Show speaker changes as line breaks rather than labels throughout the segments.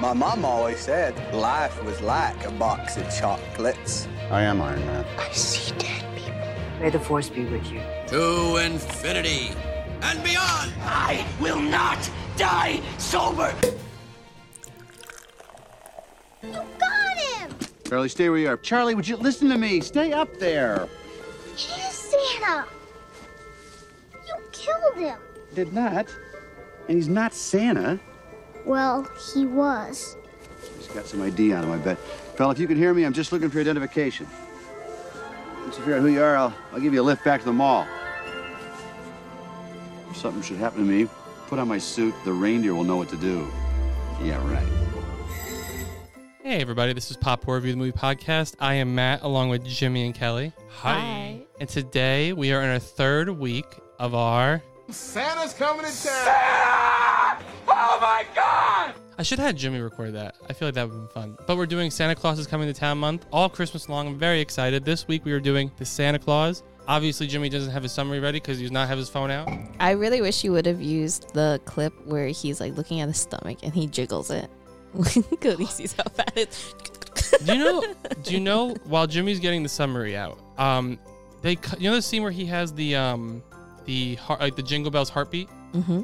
My mom always said life was like a box of chocolates.
I am Iron Man.
I see dead people.
May the force be with you.
To infinity and beyond.
I will not die sober.
You got him.
Charlie, stay where you are. Charlie, would you listen to me? Stay up there.
He is Santa. You killed him.
Did not. And he's not Santa.
Well, he was.
He's got some ID on him, I bet. Fella, if you can hear me, I'm just looking for identification. Once you figure out who you are, I'll, I'll give you a lift back to the mall. If something should happen to me, put on my suit. The reindeer will know what to do. Yeah, right.
Hey, everybody. This is Pop Horror Review the Movie Podcast. I am Matt, along with Jimmy and Kelly.
Hi. Hi.
And today we are in our third week of our
Santa's coming to town.
Santa! Oh my God!
I should have had Jimmy record that. I feel like that would have been fun. But we're doing Santa Claus is Coming to Town month, all Christmas long. I'm very excited. This week we were doing the Santa Claus. Obviously, Jimmy doesn't have his summary ready because he does not have his phone out.
I really wish you would have used the clip where he's like looking at his stomach and he jiggles it. Because he sees how fat it's.
do you know? Do you know? While Jimmy's getting the summary out, um, they cu- you know the scene where he has the um, the heart like the Jingle Bells heartbeat.
Mm-hmm.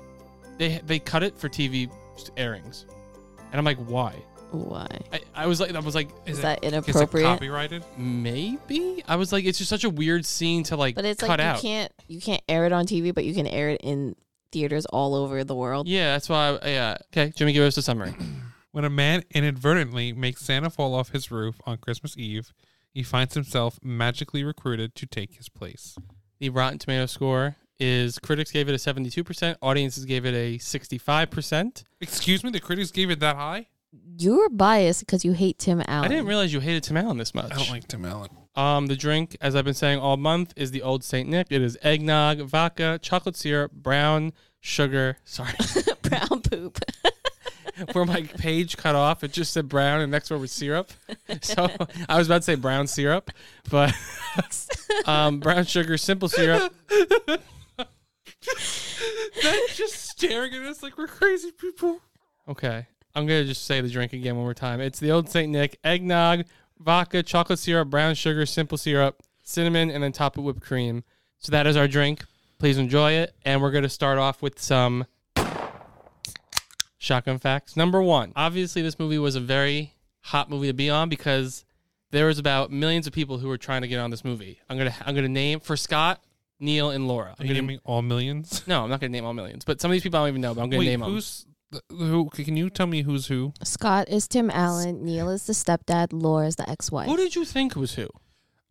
They they cut it for TV airings, and I'm like, why?
Why?
I, I was like, I was like,
is, is that it, inappropriate? Is
it copyrighted?
Maybe. I was like, it's just such a weird scene to like.
But it's
cut
like you
out.
can't you can't air it on TV, but you can air it in theaters all over the world.
Yeah, that's why. I, yeah. Okay, Jimmy, give us a summary.
when a man inadvertently makes Santa fall off his roof on Christmas Eve, he finds himself magically recruited to take his place.
The Rotten Tomato score is critics gave it a 72%, audiences gave it a 65%.
Excuse me, the critics gave it that high?
You're biased because you hate Tim Allen.
I didn't realize you hated Tim Allen this much.
I don't like Tim Allen.
Um, the drink, as I've been saying all month, is the Old Saint Nick. It is eggnog, vodka, chocolate syrup, brown sugar. Sorry,
brown poop.
Where my page cut off, it just said brown, and next word was syrup. So I was about to say brown syrup, but um, brown sugar, simple syrup.
Not just staring at us like we're crazy people.
Okay. I'm gonna just say the drink again one more time. It's the old Saint Nick eggnog, vodka, chocolate syrup, brown sugar, simple syrup, cinnamon, and then top it whipped cream. So that is our drink. Please enjoy it, and we're gonna start off with some shotgun facts. Number one, obviously this movie was a very hot movie to be on because there was about millions of people who were trying to get on this movie. I'm gonna I'm gonna name for Scott. Neil and Laura.
I'm going to name all millions.
No, I'm not going to name all millions. But some of these people I don't even know. But I'm going to name
who's, them. Who, can you tell me who's who?
Scott is Tim Allen. Neil is the stepdad. Laura is the ex-wife.
Who did you think was who?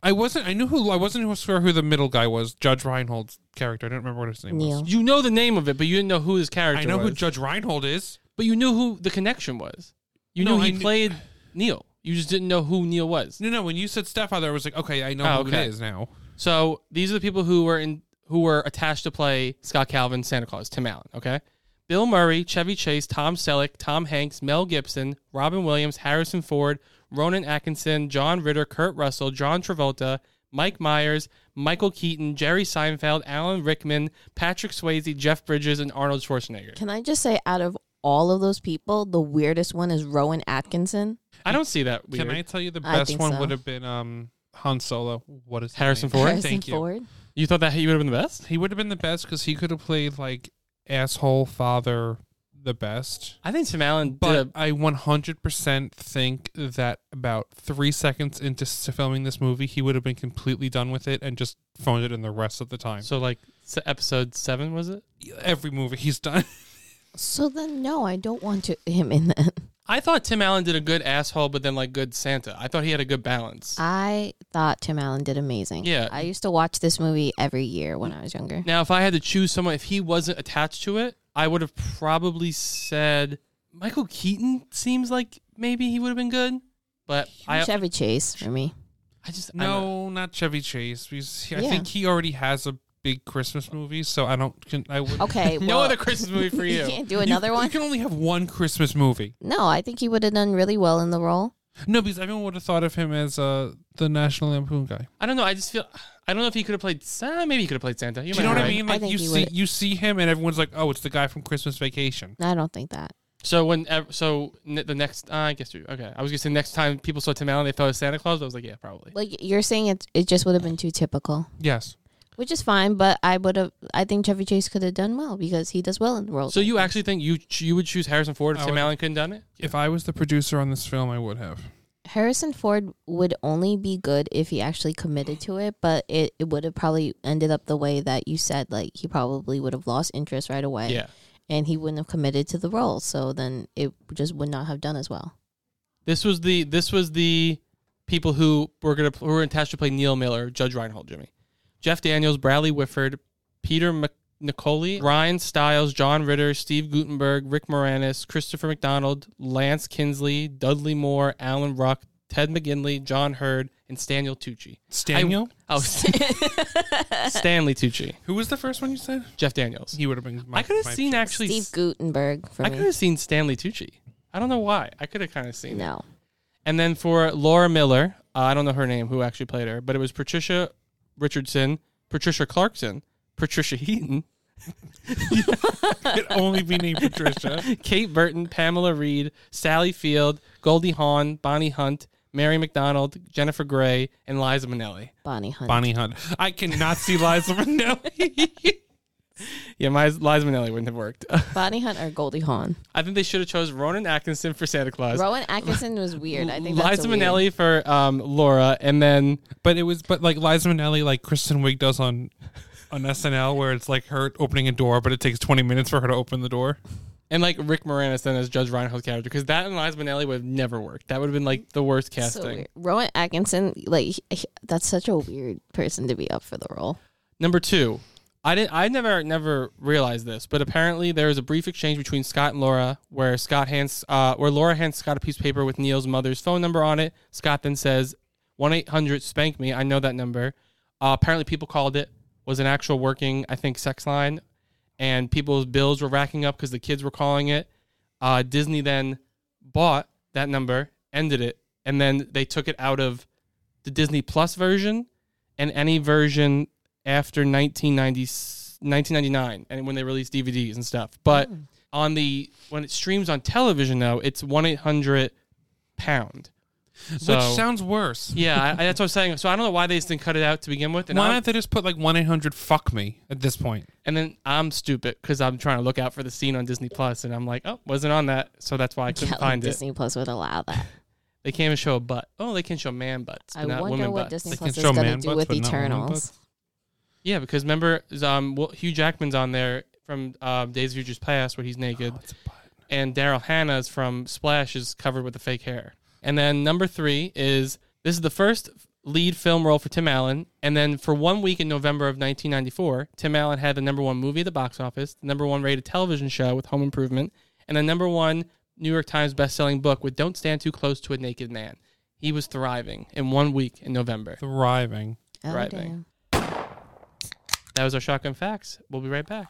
I wasn't. I knew who. I wasn't sure who the middle guy was. Judge Reinhold's character. I don't remember what his name
Neil.
was.
You know the name of it, but you didn't know who his character.
I know
was.
who Judge Reinhold is,
but you knew who the connection was. You
No,
knew he
I knew-
played Neil. You just didn't know who Neil was.
No, no. When you said stepfather, I was like, okay, I know
Oh,
who
okay.
it is now.
So these are the people who were in who were attached to play Scott Calvin, Santa Claus, Tim Allen. Okay, Bill Murray, Chevy Chase, Tom Selleck, Tom Hanks, Mel Gibson, Robin Williams, Harrison Ford, Ronan Atkinson, John Ritter, Kurt Russell, John Travolta, Mike Myers, Michael Keaton, Jerry Seinfeld, Alan Rickman, Patrick Swayze, Jeff Bridges, and Arnold Schwarzenegger.
Can I just say, out of all of those people, the weirdest one is Rowan Atkinson.
I don't see that weird.
Can I tell you the
I
best
think
one
so.
would have been um Han Solo. What is his
Harrison
name?
Ford?
Harrison
Thank you.
Ford.
you thought that he would have been the best?
He would have been the best because he could have played like asshole father the best.
I think Tim Allen did.
But
A,
I 100% think that about three seconds into s- filming this movie, he would have been completely done with it and just phoned it in the rest of the time.
so
So
like s- episode seven was it?
every movie he's done.
So then, no, I don't want to, him in that.
I thought Tim Allen did a good asshole, but then like good Santa. I thought he had a good balance.
I thought Tim Allen did amazing.
Yeah.
I used to watch this movie every year when I was younger.
now, if I had to choose someone, if he wasn't attached to it, I would have probably said Michael Keaton. Seems like maybe he would have been good, but I,
Chevy Chase for me.
I just I don't-
no, not Chevy Chase. Because he- I
Yeah.
think he already has a big Christmas movie, so I don't. Can, I would.
Okay.
no
well,
other Christmas movie for you.
You can't do another
you,
one.
You can only have one Christmas movie.
No, I think he would have done really well in the role.
No, because everyone would have thought of him as uh, the National Lampoon guy.
I don't know. I just feel I don't know if he could have played. Sa- Maybe he could have played Santa. You,
Do you
might
know
be
what I
right.
mean?
I
Like
think
you
he
see
would've-
you see him, and everyone's like, "Oh, it's the guy from Christmas Vacation."
I don't think that.
So when ev- so ne- the next uh, I guess you okay. I was gonna say next time people saw Tim Allen, they thought it was Santa Claus. I was like, yeah, probably.
Like you're saying, it it just would have been too typical,
Yes.
which is fine. But I would have. I think Chevy Chase could have done well because he does well in the world.
So you actually think you ch- you would choose Harrison Ford if
I
Tim
would-
Allen couldn't done it?
If I was the producer on this film, I would have.
Harrison Ford would only be good if he actually committed to it, but it, it would have probably ended up the way that you said. Like he probably would have lost interest right away.
Yeah.
and he wouldn't have committed to the role. So then it just would not have done as well.
This was the this was the people who were gonna who were attached to play Neil Miller, Judge Reinhold, Jimmy, Jeff Daniels, Bradley Whitford, Peter Mc- Nicoli, Ryan Stiles, John Ritter, Steve Gutenberg, Rick Moranis, Christopher McDonald, Lance Kinsley, Dudley Moore, Alan Ruck, Ted McGinley, John Hurd, and Staniel Tucci.
Staniel?
I, oh, Stanley Tucci,
Who was the first one you said?
Jeff Daniels.
He would have been. My,
I could have
my
seen
choice.
actually.
Steve
s-
Gutenberg for
I
me.
could have seen Stanley Tucci. I don't know why. I could have kind of seen. it.
No.
And then for Laura Miller, uh, I don't know her name, who actually played her, but it was Patricia Richardson, Patricia Clarkson, Patricia Heaton,
It could only be named Patricia.
Kate Burton, Pamela Reed, Sally Field, Goldie Hawn, Bonnie Hunt, Mary McDonald, Jennifer Gray, and Liza Minnelli.
Bonnie Hunt.
Bonnie Hunt. I cannot see Liza Minnelli.
Yeah, my, Liza Minnelli wouldn't have worked.
Bonnie Hunt or Goldie Hawn.
I think they should have chose Ronan Atkinson for Santa Claus,
Rowan Atkinson was weird. I think that's
Liza
a weird-
Minnelli for um, Laura, and then
but it was, but like Liza Minnelli, like Kristen Wiig does on on SNL, where it's like her opening a door, but it takes twenty minutes for her to open the door.
and like Rick Moranis then as Judge Reinhold's character because that and Liza Minnelli would have never worked. That would have been like the worst
So
casting.
weird. Rowan Atkinson, like he- he- that's such a weird person to be up for the role.
Number two, I didn't. I never never realized this, but apparently there was a brief exchange between Scott and Laura where Scott hands, uh, where Laura hands Scott a piece of paper with Neil's mother's phone number on it. Scott then says, "One eight hundred spank me. I know that number." Uh, apparently, people called it was an actual working, I think, sex line, and people's bills were racking up because the kids were calling it. Uh, Disney then bought that number, ended it, and then they took it out of the Disney Plus version and any version after 1990, 1999 and when they released DVDs and stuff. But on the when it streams on television though, it's 1-800 pound. So
Which sounds worse.
yeah, I, I- that's what I'm saying. So I don't know why they just didn't cut it out to begin with, and,
Why
I'm,
don't they just put like one eight hundred fuck me at this point?
and then I'm stupid because I'm trying to look out for the scene on Disney Plus, and I'm like, oh, wasn't on that, so that's why I couldn't
Yeah, like
find it.
Disney Plus would allow that.
They can't even show a butt. Oh, they can show man butts, but
I
not
wonder
women
what
butts.
Disney
They
Plus
can
is
show
going
man
to do
butts,
with
but not woman
Eternals.
butts?
Yeah, because remember, um, well, Hugh Jackman's on there from um, Days of Future's Past, where he's naked, and Daryl Hannah's from Splash is covered with the fake hair. And then number three is this is the first lead film role for Tim Allen, and then for one week in November of 1994, Tim Allen had the number one movie at the box office, the number one rated television show with Home Improvement, and the number one New York Times best-selling book with Don't Stand Too Close to a Naked Man. He was thriving in one week in November.
Thriving.
Oh,
Right
damn.
thing. That was our shotgun facts. We'll be right back.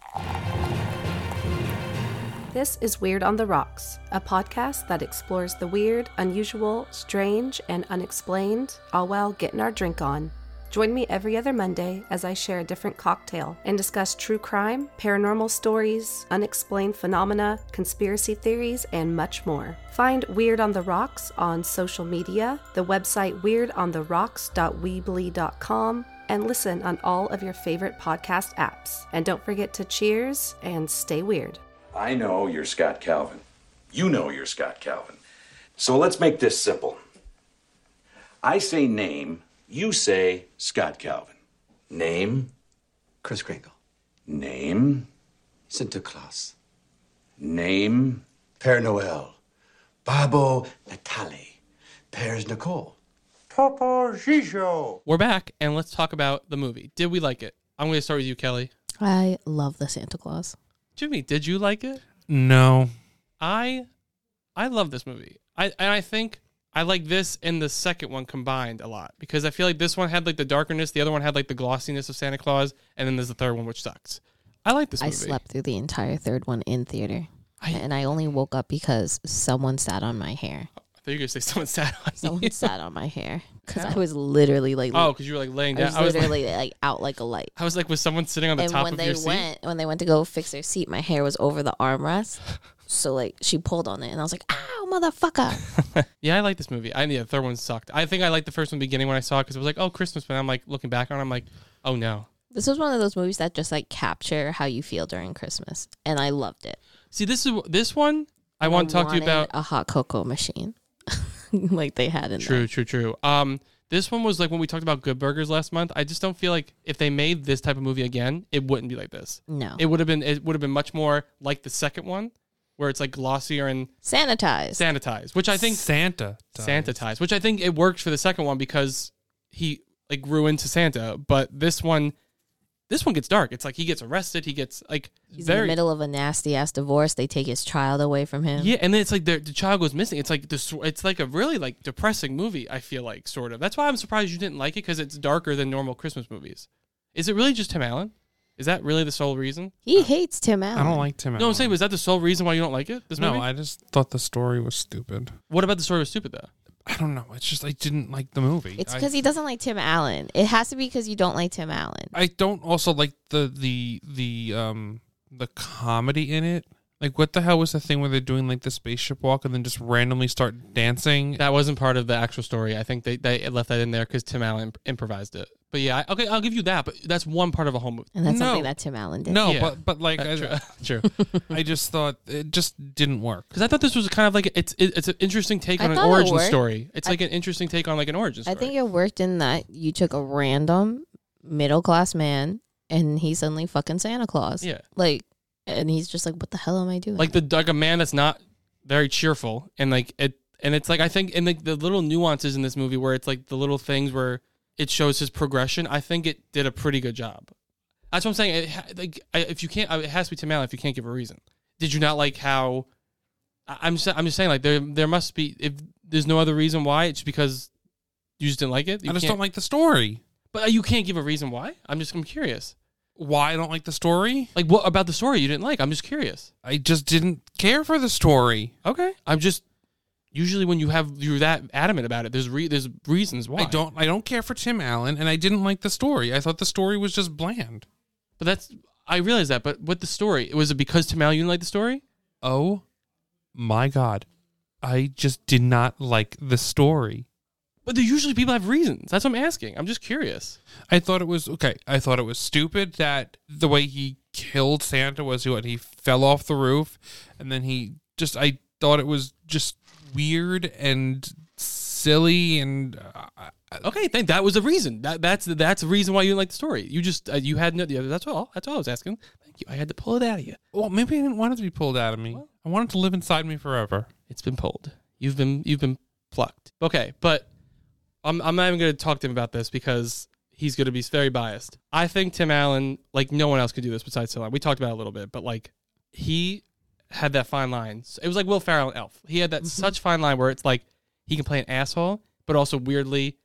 This is Weird on the Rocks, a podcast that explores the weird, unusual, strange, and unexplained, all while getting our drink on. Join me every other Monday as I share a different cocktail and discuss true crime, paranormal stories, unexplained phenomena, conspiracy theories, and much more. Find Weird on the Rocks on social media, the website weirdontherocks.weebly.com, and listen on all of your favorite podcast apps. And don't forget to cheers and stay weird.
I know you're Scott Calvin. You know you're Scott Calvin. So let's make this simple. I say name, you say Scott Calvin. Name,
Chris Kringle.
name,
Santa Claus.
name.
Père Noël. Babo Natale. Père's Nicole.
We're back, and let's talk about the movie. Did we like it? I'm going to start with you, Kelly.
Oh, I love the Santa Claus.
Jimmy, did you like it?
No.
I, I love this movie. I and I think I like this and the second one combined a lot because I feel like this one had like the darkness, the other one had like the glossiness of Santa Claus, and then there's the third one which sucks. I like this
I
movie.
slept through the entire third one in theater.
I-
and I only woke up because someone sat on my hair.
I thought you were going to say someone sat on
Someone
you.
sat on my hair because I was literally like,
Oh, because you were like laying
I
down.
was
I was, like,
literally like, out like a light.
I was like, was someone sitting on the
And
top
when
of
they
your seat?
went, when they went to go fix their seat, my hair was over the armrest, So like she pulled on it, and I was like, "Ow, motherfucker!"
Yeah, I like this movie. I yeah, the third one sucked. I think I liked the first one beginning when I saw it because it was like, oh, Christmas. But I'm like looking back on, it, I'm like, oh no.
This was one of those movies that just like capture how you feel during Christmas, and I loved it.
See, this is this one I want to talk to you
wanted
about.
a hot cocoa machine, like they had in there.
True, true, true. Um, this one was like when we talked about Good Burgers last month. I just don't feel like if they made this type of movie again, it wouldn't be like this.
No.
it would have been. It would have been much more like the second one, where it's like glossier and
sanitized,
sanitized, which I think
Santa.
sanitized, which I think it works for the second one because he like grew into Santa. But this one, this one gets dark. It's like he gets arrested. He gets like
He's in
very
the middle of a nasty ass divorce. They take his child away from him.
Yeah, and then it's like the, the child goes missing. It's like this. It's like a really like depressing movie. I feel like sort of. That's why I'm surprised you didn't like it because it's darker than normal Christmas movies. Is it really just Tim Allen? Is that really the sole reason?
He hates Tim Allen.
I don't like Tim
No, I'm saying was that the sole reason why you don't like it? This
no,
movie.
I just thought the story was stupid.
what about the story was stupid though?
I don't know. It's just I didn't like the movie.
It's
I-
because he doesn't like Tim Allen. It has to be because you don't like Tim Allen.
I don't also like the the the um the comedy in it. Like what the hell was the thing where they're doing like the spaceship walk and then just randomly start dancing?
That wasn't part of the actual story. I think they they left that in there because Tim Allen imp- improvised it. But yeah, I, okay, I'll give you that. But that's one part of a whole movie.
And that's
No.
something that Tim Allen did.
No,
Yeah.
but but like
Uh,
I,
true.
I just thought it just didn't work.
Because I thought this was kind of like it's it, it's an interesting take
I
on an
thought it
origin
worked.
story. It's
I-
like an interesting take on like an origin
I
story.
think it worked in that you took a random middle class man and he's suddenly fucking Santa Claus.
Yeah.
Like, and he's just like, what the hell am I doing?
like the like a man that's not very cheerful and like it and it's like I think and like the little nuances in this movie where it's like the little things where it shows his progression. I think it did a pretty good job. That's what I'm saying. It, ha- like I, if you can't, I- it has to be Tim Allen. If you can't give a reason, did you not like how? I- I'm just, I'm just saying like there there must be if there's no other reason why it's because you just didn't like it. You
I just
can't-
don't like the story.
But you can't give a reason why. I'm just I'm curious.
Why I don't like the story?
Like what about the story you didn't like? I'm just curious.
I just didn't care for the story.
Okay. I'm just usually when you have you're that adamant about it, there's re, there's reasons why.
I don't I don't care for Tim Allen and I didn't like the story. I thought the story was just bland.
But that's I realize that. But with the story, was it because Tamal you didn't like the story?
Oh my god. I just did not like the story.
But there usually people have reasons. That's what I'm asking. I'm just curious.
I thought it was okay. I thought it was stupid that the way he killed Santa was what he fell off the roof, and then he just. I thought it was just weird and silly, and uh,
Okay, thank that was a reason. That that's that's the reason why you didn't like the story. You just uh, you had no. yeah, That's all. That's all I was asking. Thank you. I had to pull it out of you.
well, maybe I didn't want it to be pulled out of me. I wanted to live inside me forever.
It's been pulled. You've been you've been plucked. Okay, but I'm I'm not even going to talk to him about this because he's going to be very biased. I think Tim Allen, like no one else could do this besides Tim Allen. We talked about it a little bit, but like he had that fine line. It was like Will Ferrell in Elf. He had that
Mm-hmm.
such fine line where it's like he can play an asshole, but also weirdly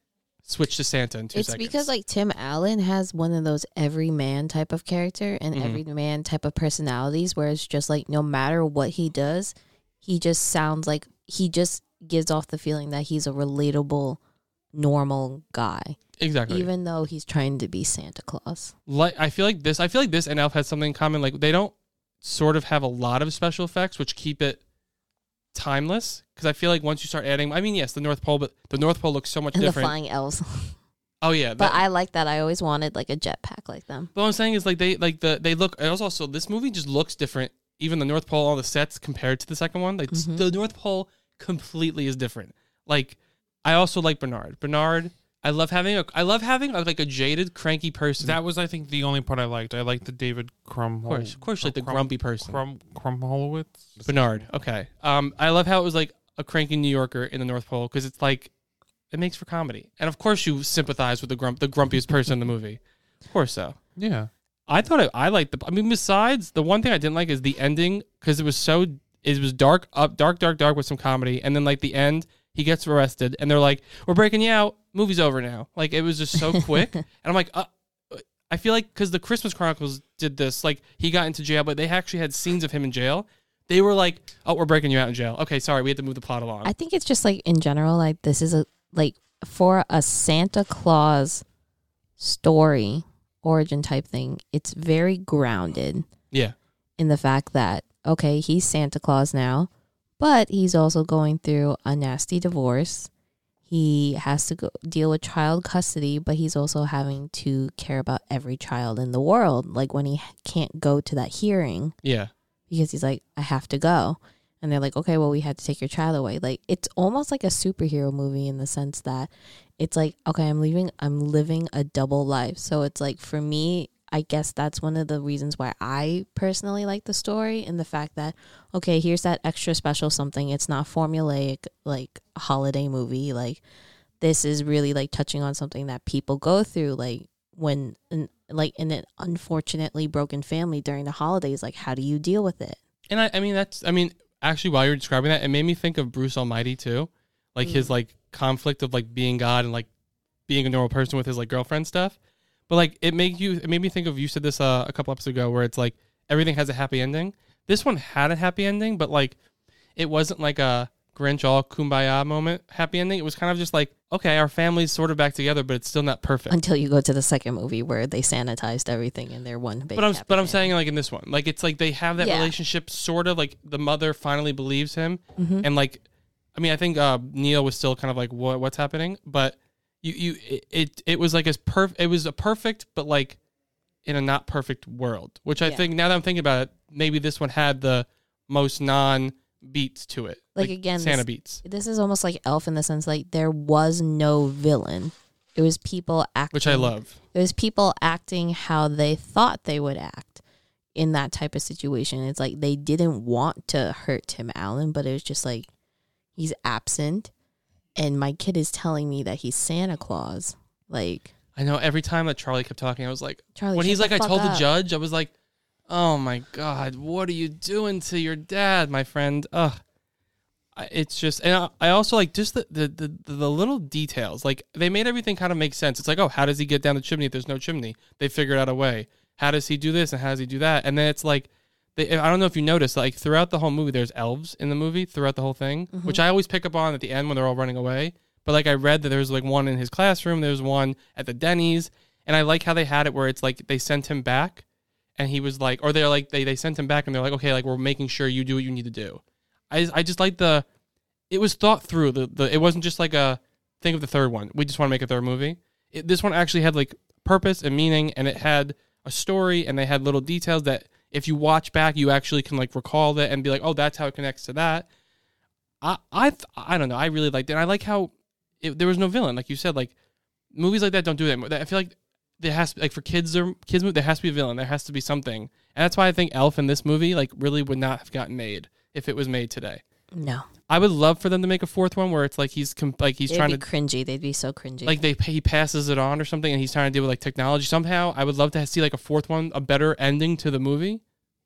switch to Santa in two
it's
seconds.
because like Tim Allen has one of those every man type of character and
Mhm.
every man type of personalities where it's just like no matter what he does, he just sounds like he just gives off the feeling that he's a relatable, normal guy,
exactly.
even though he's trying to be Santa Claus.
like I feel like this I feel like this and Elf has something in common. Like they don't sort of have a lot of special effects, which keep it timeless. Because I feel like once you start adding, I mean, yes, the North Pole, but the North Pole looks so much
And the
different.
flying elves.
oh yeah,
but
that-
I like that. I always wanted like a jetpack like them.
But what I'm saying is like they like the they look. It was also this movie just looks different. Even the North Pole, all the sets compared to the second one, like s-
Mhm.
the North Pole completely is different. Like I also like Bernard. Bernard, I love having a I love having a, like a jaded, cranky person.
That was, I think, the only part I liked. I liked the David Crumb.
of course, of course, like the grumpy person.
Crum Crumholowitz.
Bernard. Okay. Um, I love how it was like a cranky New Yorker in the North Pole because it's like it makes for comedy, and of course you sympathize with the grump, the grumpiest person in the movie. Of course so.
Yeah.
I thought it, I liked the. I mean, besides the one thing I didn't like is the ending because it was so it was dark up dark dark dark with some comedy, and then like the end he gets arrested, and they're like, "We're breaking you out. Movie's over now." Like it was just so quick, and I'm like, uh, I feel like because the Christmas Chronicles did this, like he got into jail, but they actually had scenes of him in jail. They were like, "Oh, we're breaking you out in jail." Okay, sorry, we had to move the plot along.
I think it's just like in general, like this is a like for a Santa Claus story origin type thing. It's very grounded
yeah,
in the fact that okay, he's Santa Claus now, but he's also going through a nasty divorce. He has to go deal with child custody, but he's also having to care about every child in the world. Like when he can't go to that hearing,
Yeah.
because he's like, I have to go. And they're like, okay, well, we had to take your child away. Like, it's almost like a superhero movie in the sense that it's like, okay, I'm leaving, I'm living a double life. So it's like, for me, I guess that's one of the reasons why I personally like the story and the fact that, okay, here's that extra special something. It's not formulaic, like a holiday movie. Like, this is really like touching on something that people go through. Like, when, an, like, in an unfortunately broken family during the holidays, like, how do you deal with it?
And I, I mean, that's, I mean, actually, while you were describing that, it made me think of Bruce Almighty too, like his like conflict of like being God and like being a normal person with his like girlfriend stuff. But like, it made you, it made me think of you said this uh, a couple episodes ago, where it's like everything has a happy ending. This one had a happy ending, but like, it wasn't like a Grinch all kumbaya moment happy ending. It was kind of just like, okay, our family's sort of back together, but it's still not perfect.
Until you go to the second movie where they sanitized everything in their one big.
but I'm
happy-
but I'm saying like in this one, like it's like they have that
Yeah.
relationship sort of like the mother finally believes him,
Mhm.
and like, I mean, I think uh, Neil was still kind of like what what's happening, but you you it it, it was like as perfect it was a perfect but like in a not perfect world, which I
Yeah.
think now that I'm thinking about it, maybe this one had the most non beats to it,
like, again,
Santa
this,
beats,
This is almost like Elf in the sense like there was no villain. It was people acting,
which I love.
It was people acting how they thought they would act in that type of situation. It's like they didn't want to hurt Tim Allen, but it was just like he's absent, and my kid is telling me that he's Santa Claus. Like
I know every time that Charlie kept talking, I was like,
Charlie,
when
shut
he's
the
like, I
fuck
told
up."
the judge, I was like, oh my God, what are you doing to your dad, my friend? Ugh. I- It's just, and I- I also like just the, the, the, the little details. Like they made everything kind of make sense. It's like, oh, how does he get down the chimney if there's no chimney? They figured out a way. How does he do this and how does he do that? And then it's like, they, I don't know if you noticed, like throughout the whole movie, there's elves in the movie throughout the whole thing,
Mhm.
which I always pick up on at the end when they're all running away. But like I read that there's like one in his classroom, there's one at the Denny's, and I like how they had it where it's like they sent him back, and he was like, or they're like they they sent him back, and they're like, okay, like we're making sure you do what you need to do. I I just like the, it was thought through. The, the it wasn't just like a thing of the third one. We just want to make a third movie. It, this one actually had like purpose and meaning, and it had a story, and they had little details that if you watch back, you actually can like recall that and be like, oh, that's how it connects to that. I I th- I don't know. I really liked it. And I like how it, there was no villain, like you said. Like movies like that don't do that. anymore. I feel like there has to, like for kids or kids movie, there has to be a villain. There has to be something, and that's why I think Elf in this movie like really would not have gotten made if it was made today.
no,
I would love for them to make a fourth one where it's like he's com- like he's
they'd
trying
be
to
cringy. They'd be so cringy.
like they he passes it on or something, and he's trying to deal with like technology somehow. I would love to see like a fourth one, a better ending to the movie,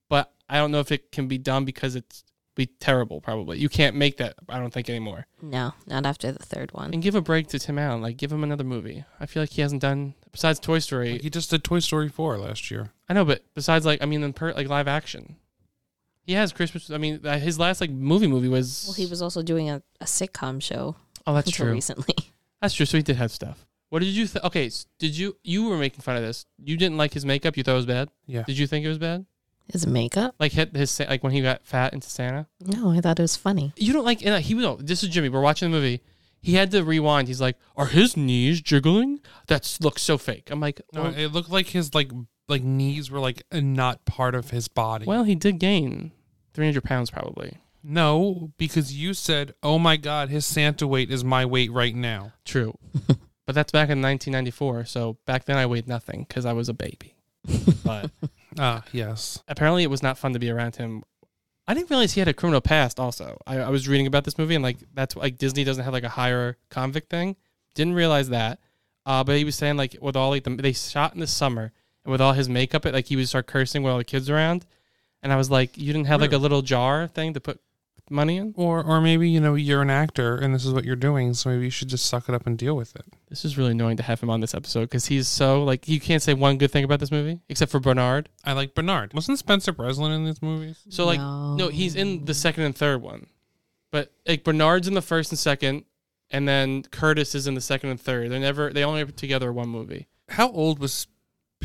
but I don't know if it can be done because it's be terrible. Probably you can't make that. I don't think anymore.
no, not after the third one.
And give a break to Tim Allen. Like give him another movie. I feel like he hasn't done besides Toy Story.
He just did Toy Story four last year.
I know, but besides like I mean, in per, like live action, he has Christmas. I mean, uh, his last like movie movie was.
Well, he was also doing a, a sitcom show.
Oh, that's
until
true.
Recently,
That's true. So he did have stuff. What did you think? Okay, s- did you you were making fun of this? You didn't like his makeup. You thought it was bad.
Yeah.
Did you think it was bad?
his makeup.
Like hit his sa- like when he got fat into Santa.
No, I thought it was funny.
You don't like and uh, he was. oh, This is Jimmy. We're watching the movie. He had to rewind. He's like, "Are his knees jiggling? That looks so fake." I'm like, "Oh,
No,
well,
it looked like his like like knees were like uh, not part of his body.
well, he did gain 300 pounds probably.
No, because you said, "Oh my God, his Santa weight is my weight right now."
True, but that's back in 1994. So back then I weighed nothing because I was a baby. But
Ah, yes.
apparently it was not fun to be around him. I didn't realize he had a criminal past. Also, I, I was reading about this movie and like that's like Disney doesn't have like a higher convict thing. Didn't realize that. Uh, but he was saying like with all like the, they shot in the summer and with all his makeup, it like he would start cursing with all the kids around. And I was like, you didn't have like a little jar thing to put money in.
Or or maybe you know you're an actor and this is what you're doing, so maybe you should just suck it up and deal with it.
This is really annoying to have him on this episode because he's so like you can't say one good thing about this movie except for Bernard.
I like Bernard. Wasn't Spencer Breslin in these movies?
So like no. he's in the second and third one. But like Bernard's in the first and second, and then Curtis is in the second and third. They're never they only are together one movie.
How old was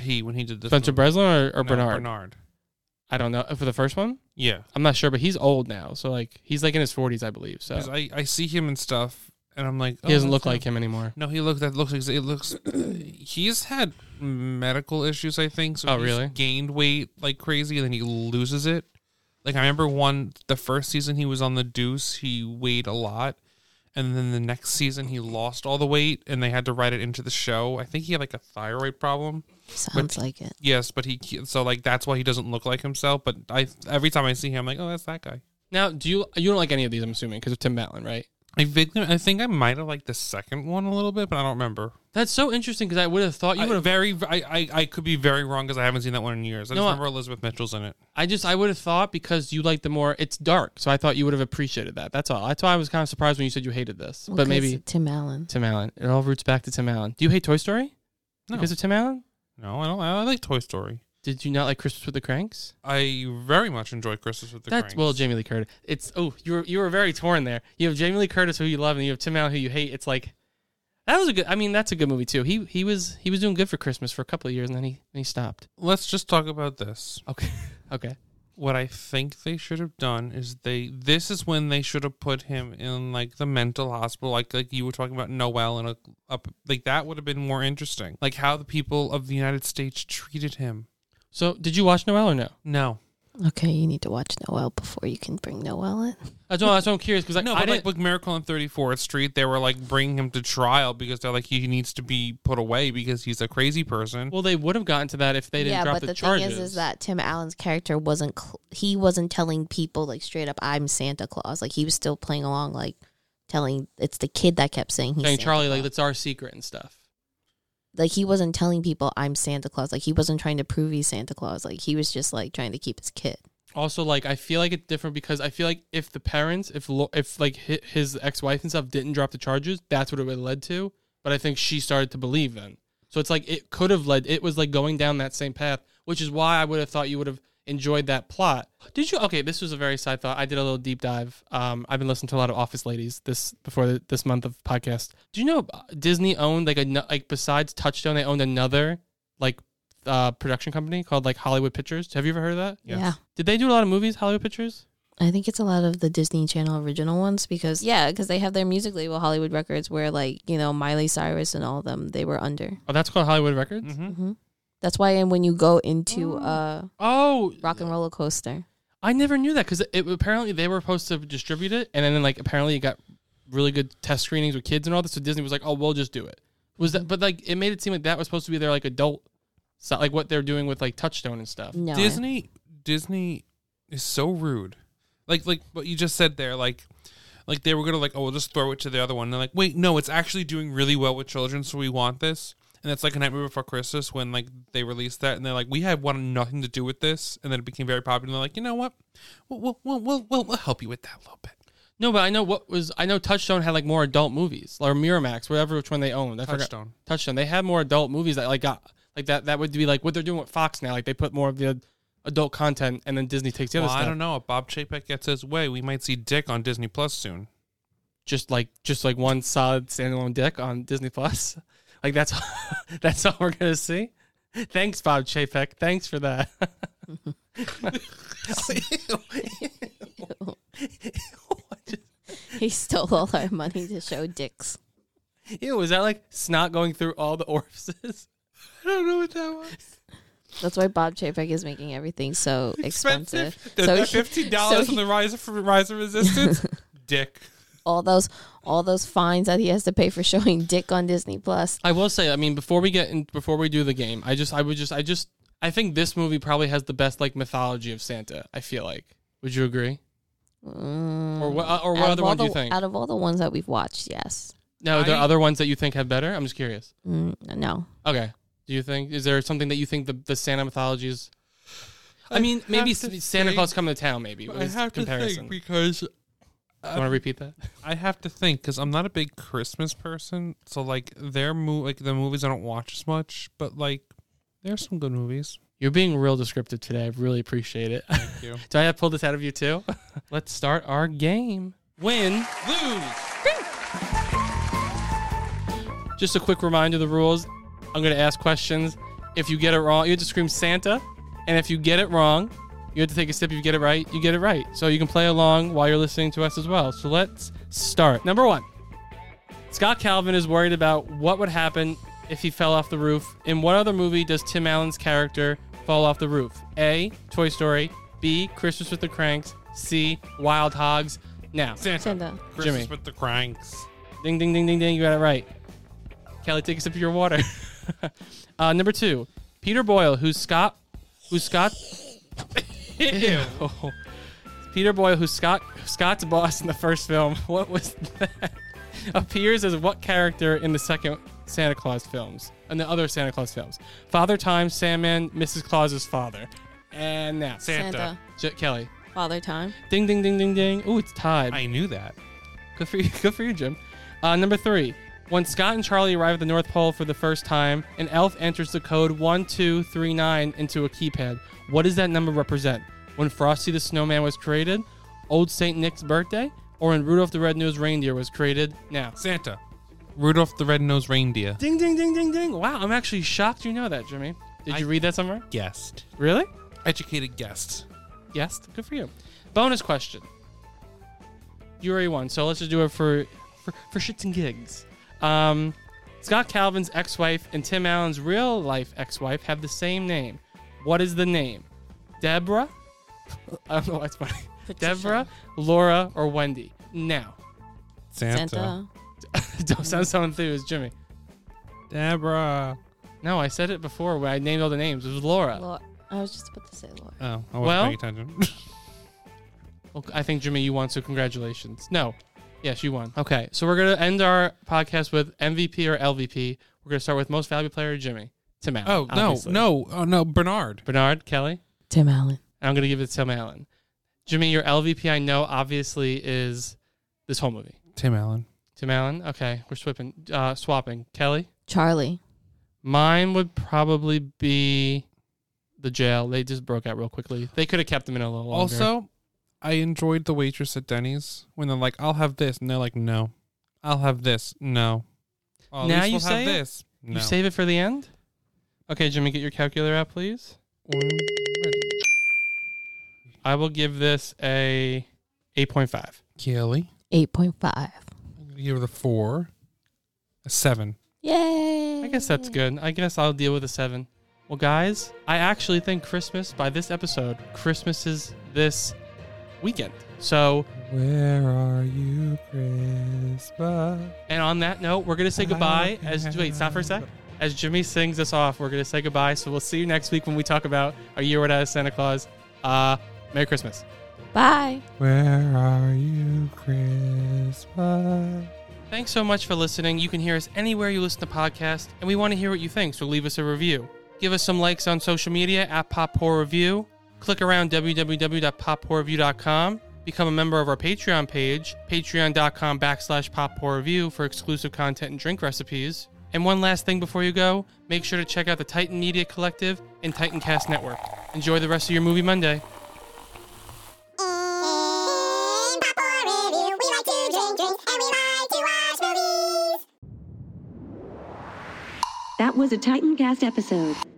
he when he did this?
Spencer
movie?
Breslin or, or
No,
Bernard?
Bernard.
I don't know Uh, for the first one.
Yeah.
I'm not sure, but he's old now, so like he's like in his 40s, I believe. So
'Cause I, I see him and stuff, and I'm like,
He doesn't
that's
look like him anymore.
No, he look that looks like it looks. he's had medical issues, I think. So
Oh,
he's
really?
Gained weight like crazy, and then he loses it. Like I remember one the first season he was on the Deuce, he weighed a lot, and then the next season he lost all the weight, and they had to write it into the show. I think he had like a thyroid problem.
Sounds like it.
Yes, but he so like that's why he doesn't look like himself. But I every time I see him, I'm like, oh, that's that guy.
now, do you you don't like any of these? I'm assuming because of Tim Matlin, right?
I vaguely, I think I might have liked the second one a little bit, but I don't remember.
That's so interesting because I would have thought you
I
would have.
very. I, I, I could be very wrong because I haven't seen that one in years. I
No,
just
I-
remember Elizabeth Mitchell's in it.
I just I would have thought because you like the more it's dark, so I thought you would have appreciated that. That's all. That's why I was kind of surprised when you said you hated this,
Well,
but
'cause
maybe
Tim Allen.
Tim Allen. It all roots back to Tim Allen. Do you hate Toy Story?
No.
Because of Tim Allen?
No, I don't. I like Toy Story.
Did you not like Christmas with the Cranks?
I very much enjoy Christmas with the
That's
Cranks.
well, Jamie Lee Curtis. It's oh, you were you were very torn there. You have Jamie Lee Curtis who you love, and you have Tim Allen who you hate. It's like that was a good. I mean, that's a good movie too. He he was he was doing good for Christmas for a couple of years, and then he then he stopped.
Let's just talk about this.
Okay, okay.
What I think they should have done is they. This is when they should have put him in like the mental hospital, like like you were talking about Noel and a, up like that would have been more interesting. Like how the people of the United States treated him.
So did you watch Noel or no?
No,
Okay, you need to watch Noel before you can bring Noel in.
That's why that's why I'm curious because
no,
I
but
didn't.
like with Miracle on 34th Street, they were like bringing him to trial because they're like he needs to be put away because he's a crazy person.
well, they would have gotten to that if they didn't
yeah,
drop
but
the,
the,
charges.
thing is, is that Tim Allen's character wasn't cl- he wasn't telling people like straight up, "I'm Santa Claus." Like he was still playing along, like telling it's the kid that kept saying he's
saying
Santa
Charlie like
Claus.
that's our secret and stuff.
like he wasn't telling people, "I'm Santa Claus." Like he wasn't trying to prove he's Santa Claus. Like he was just like trying to keep his kid.
Also, like I feel like it's different because I feel like if the parents, if Lo- if like hi- his ex wife and stuff didn't drop the charges, that's what it would have led to. But I think she started to believe then, so it's like it could have led. It was like going down that same path, which is why I would have thought you would have enjoyed that plot. Did you? Okay, this was a very side thought. I did a little deep dive. Um, I've been listening to a lot of Office Ladies this before th- this month of podcast. Do you know uh, Disney owned like a no- like besides Touchstone, they owned another like uh, production company called like Hollywood Pictures. Have you ever heard of that?
Yes. Yeah.
Did they do a lot of movies, Hollywood Pictures?
I think it's a lot of the Disney Channel original ones because yeah, because they have their music label Hollywood Records, where like you know Miley Cyrus and all of them they were under.
Oh, that's called Hollywood Records.
hmm That's why, and when you go into uh
Oh,
Rock and Roller Coaster,
I never knew that because it apparently they were supposed to distribute it, and then like apparently it got really good test screenings with kids and all this. So Disney was like, "Oh, we'll just do it." Was that? But like, it made it seem like that was supposed to be their like adult, so, like what they're doing with like Touchstone and stuff.
no I-
Disney Disney is so rude. Like like what you just said there, like like they were gonna like, oh we'll just throw it to the other one. they're like, wait, no, it's actually doing really well with children, so we want this. And that's like a nightmare before Christmas when like they released that and they're like, We have one nothing to do with this and then it became very popular and they're like, you know what? We'll we'll we'll we'll, we'll, we'll help you with that a little bit.
No, but I know what was. I know Touchstone had like more adult movies, or Miramax, whatever which one they owned. I forgot-
Touchstone.
Touchstone. They had more adult movies that like got like that. That would be like what they're doing with Fox now. Like they put more of the adult content, and then Disney takes the
Well,
other stuff.
I don't know. If Bob Chapek gets his way, we might see Dick on Disney Plus soon.
just like just like one solid standalone deck on Disney Plus. Like that's that's all we're gonna see. Thanks, Bob Chapek. Thanks for that.
he stole all our money to show dicks.
Ew, was that like snot going through all the orifices? I don't know what that was.
That's why Bob Chapek is making everything so expensive.
The,
So
the
he-
fifteen dollars
so
on
he-
the rise of rise of resistance. Dick.
all those all those fines that he has to pay for showing dick on Disney Plus.
I will say, I mean, before we get in, before we do the game, I just, I would just, I just, I think this movie probably has the best like mythology of Santa. I feel like. Would you agree? Or what? Or what
mm, Out of
other
all
one do
the-
you think?
Out of all the ones that we've watched, yes.
No, there are
I-
other ones that you think have better. I'm just curious.
Mm, no.
Okay. Do you think is there something that you think the, the Santa mythology is? I mean, maybe
have to
S- Santa
think-
Claus coming to town. Maybe
I
was
have to
comparison.
think because
you want to repeat that?
I have to think because I'm not a big Christmas person. So like their mo- like the movies I don't watch as much, but like there's some good movies.
You're being real descriptive today. I really appreciate it.
Thank you.
Do I have pulled this out of you too? Let's start our game. Win, lose. Just a quick reminder of the rules. I'm going to ask questions. If you get it wrong, you have to scream Santa. And if you get it wrong, You have to take a sip. If you get it right, you get it right. So you can play along while you're listening to us as well. So let's start. Number one Scott Calvin is worried about what would happen if he fell off the roof. In what other movie does Tim Allen's character fall off the roof? A. Toy Story. B. Christmas with the Cranks. C. Wild Hogs. Now,
Santa. Santa. Christmas with the Cranks.
Ding, ding, ding, ding, ding. You got it right. Kelly, take a sip of your water. uh, number two, Peter Boyle, who's Scott, who's Scott. Ew. Peter Boyle, who's Scott Scott's boss in the first film. What was that? Appears as what character in the second Santa Claus films and the other Santa Claus films? Father Time, Sandman, Mrs. Claus's father, and now
Santa.
J- Kelly.
Father Time.
Ding ding ding ding ding. Oh, it's tied.
I knew that.
Good for you. Good for you, Jim. Uh, number three. When Scott and Charlie arrive at the North Pole for the first time, an elf enters the code 1239 into a keypad. What does that number represent? When Frosty the Snowman was created, Old St. Nick's birthday, or when Rudolph the Red-Nosed Reindeer was created? Now.
Santa. Rudolph the Red-Nosed Reindeer.
Ding, ding, ding, ding, ding. Wow, I'm actually shocked you know that, Jimmy. Did you read that somewhere?
Guessed.
Really?
Educated guests.
Yes, good for you. Bonus question. You already won, so let's just do it for, for, for shits and gigs. Um, Scott Calvin's ex wife and Tim Allen's real life ex wife have the same name. What is the name? Deborah? I don't know why it's funny. Deborah, Laura, or Wendy? Now.
Santa.
don't sound so enthused, Jimmy.
Deborah.
No, I said it before when I named all the names. It was Laura.
Laura. I was just about to say Laura.
Oh, I wasn't
Well-
paying attention.
Well, I think Jimmy, you won, so congratulations. No, yes, you won. Okay, so we're gonna end our podcast with MVP or LVP. We're gonna start with most valuable player, Jimmy Tim Allen.
oh no,
obviously.
no, oh no, Bernard.
Bernard Kelly.
Tim Allen.
And I'm gonna give it to Tim Allen. Jimmy, your LVP, I know obviously is this whole movie.
Tim Allen.
Tim Allen. Okay, we're swapping. Uh, swapping. Kelly.
Charlie.
Mine would probably be the jail. They just broke out real quickly. They could have kept him in a little longer.
Also, I enjoyed the waitress at Denny's when they're like, "I'll have this," and they're like, "No, I'll have this." No. "Oh, at
Now
least
you
we'll have
say it?
this. No.
You save it for the end? Okay, Jimmy, get your calculator out, please. I will give this a 8.5.
Kelly.
8.5.
I'm gonna give it a four, a seven.
Yay.
I guess that's good. I guess I'll deal with a 7. Well, guys, I actually think Christmas, by this episode, Christmas is this weekend. So,
Where are you, Christmas?
and on that note, we're going to say goodbye as, wait, stop for a sec. As Jimmy sings us off, we're going to say goodbye. So we'll see you next week when we talk about A Year Without Santa Claus. Uh, Merry Christmas.
Bye.
Where are you, Christmas?
Thanks so much for listening. You can hear us anywhere you listen to podcasts, and we want to hear what you think, so leave us a review. Give us some likes on social media at Pop Poor Review. Click around www.poppoorreview.com. Become a member of our Patreon page, patreon.com backslash Pop Poor Review for exclusive content and drink recipes. And one last thing before you go, make sure to check out the Titan Media Collective and Titan Cast Network. Enjoy the rest of your movie Monday.
In Pop War Review, we like to drink, drink, and we like to watch movies.
That was a Titancast episode.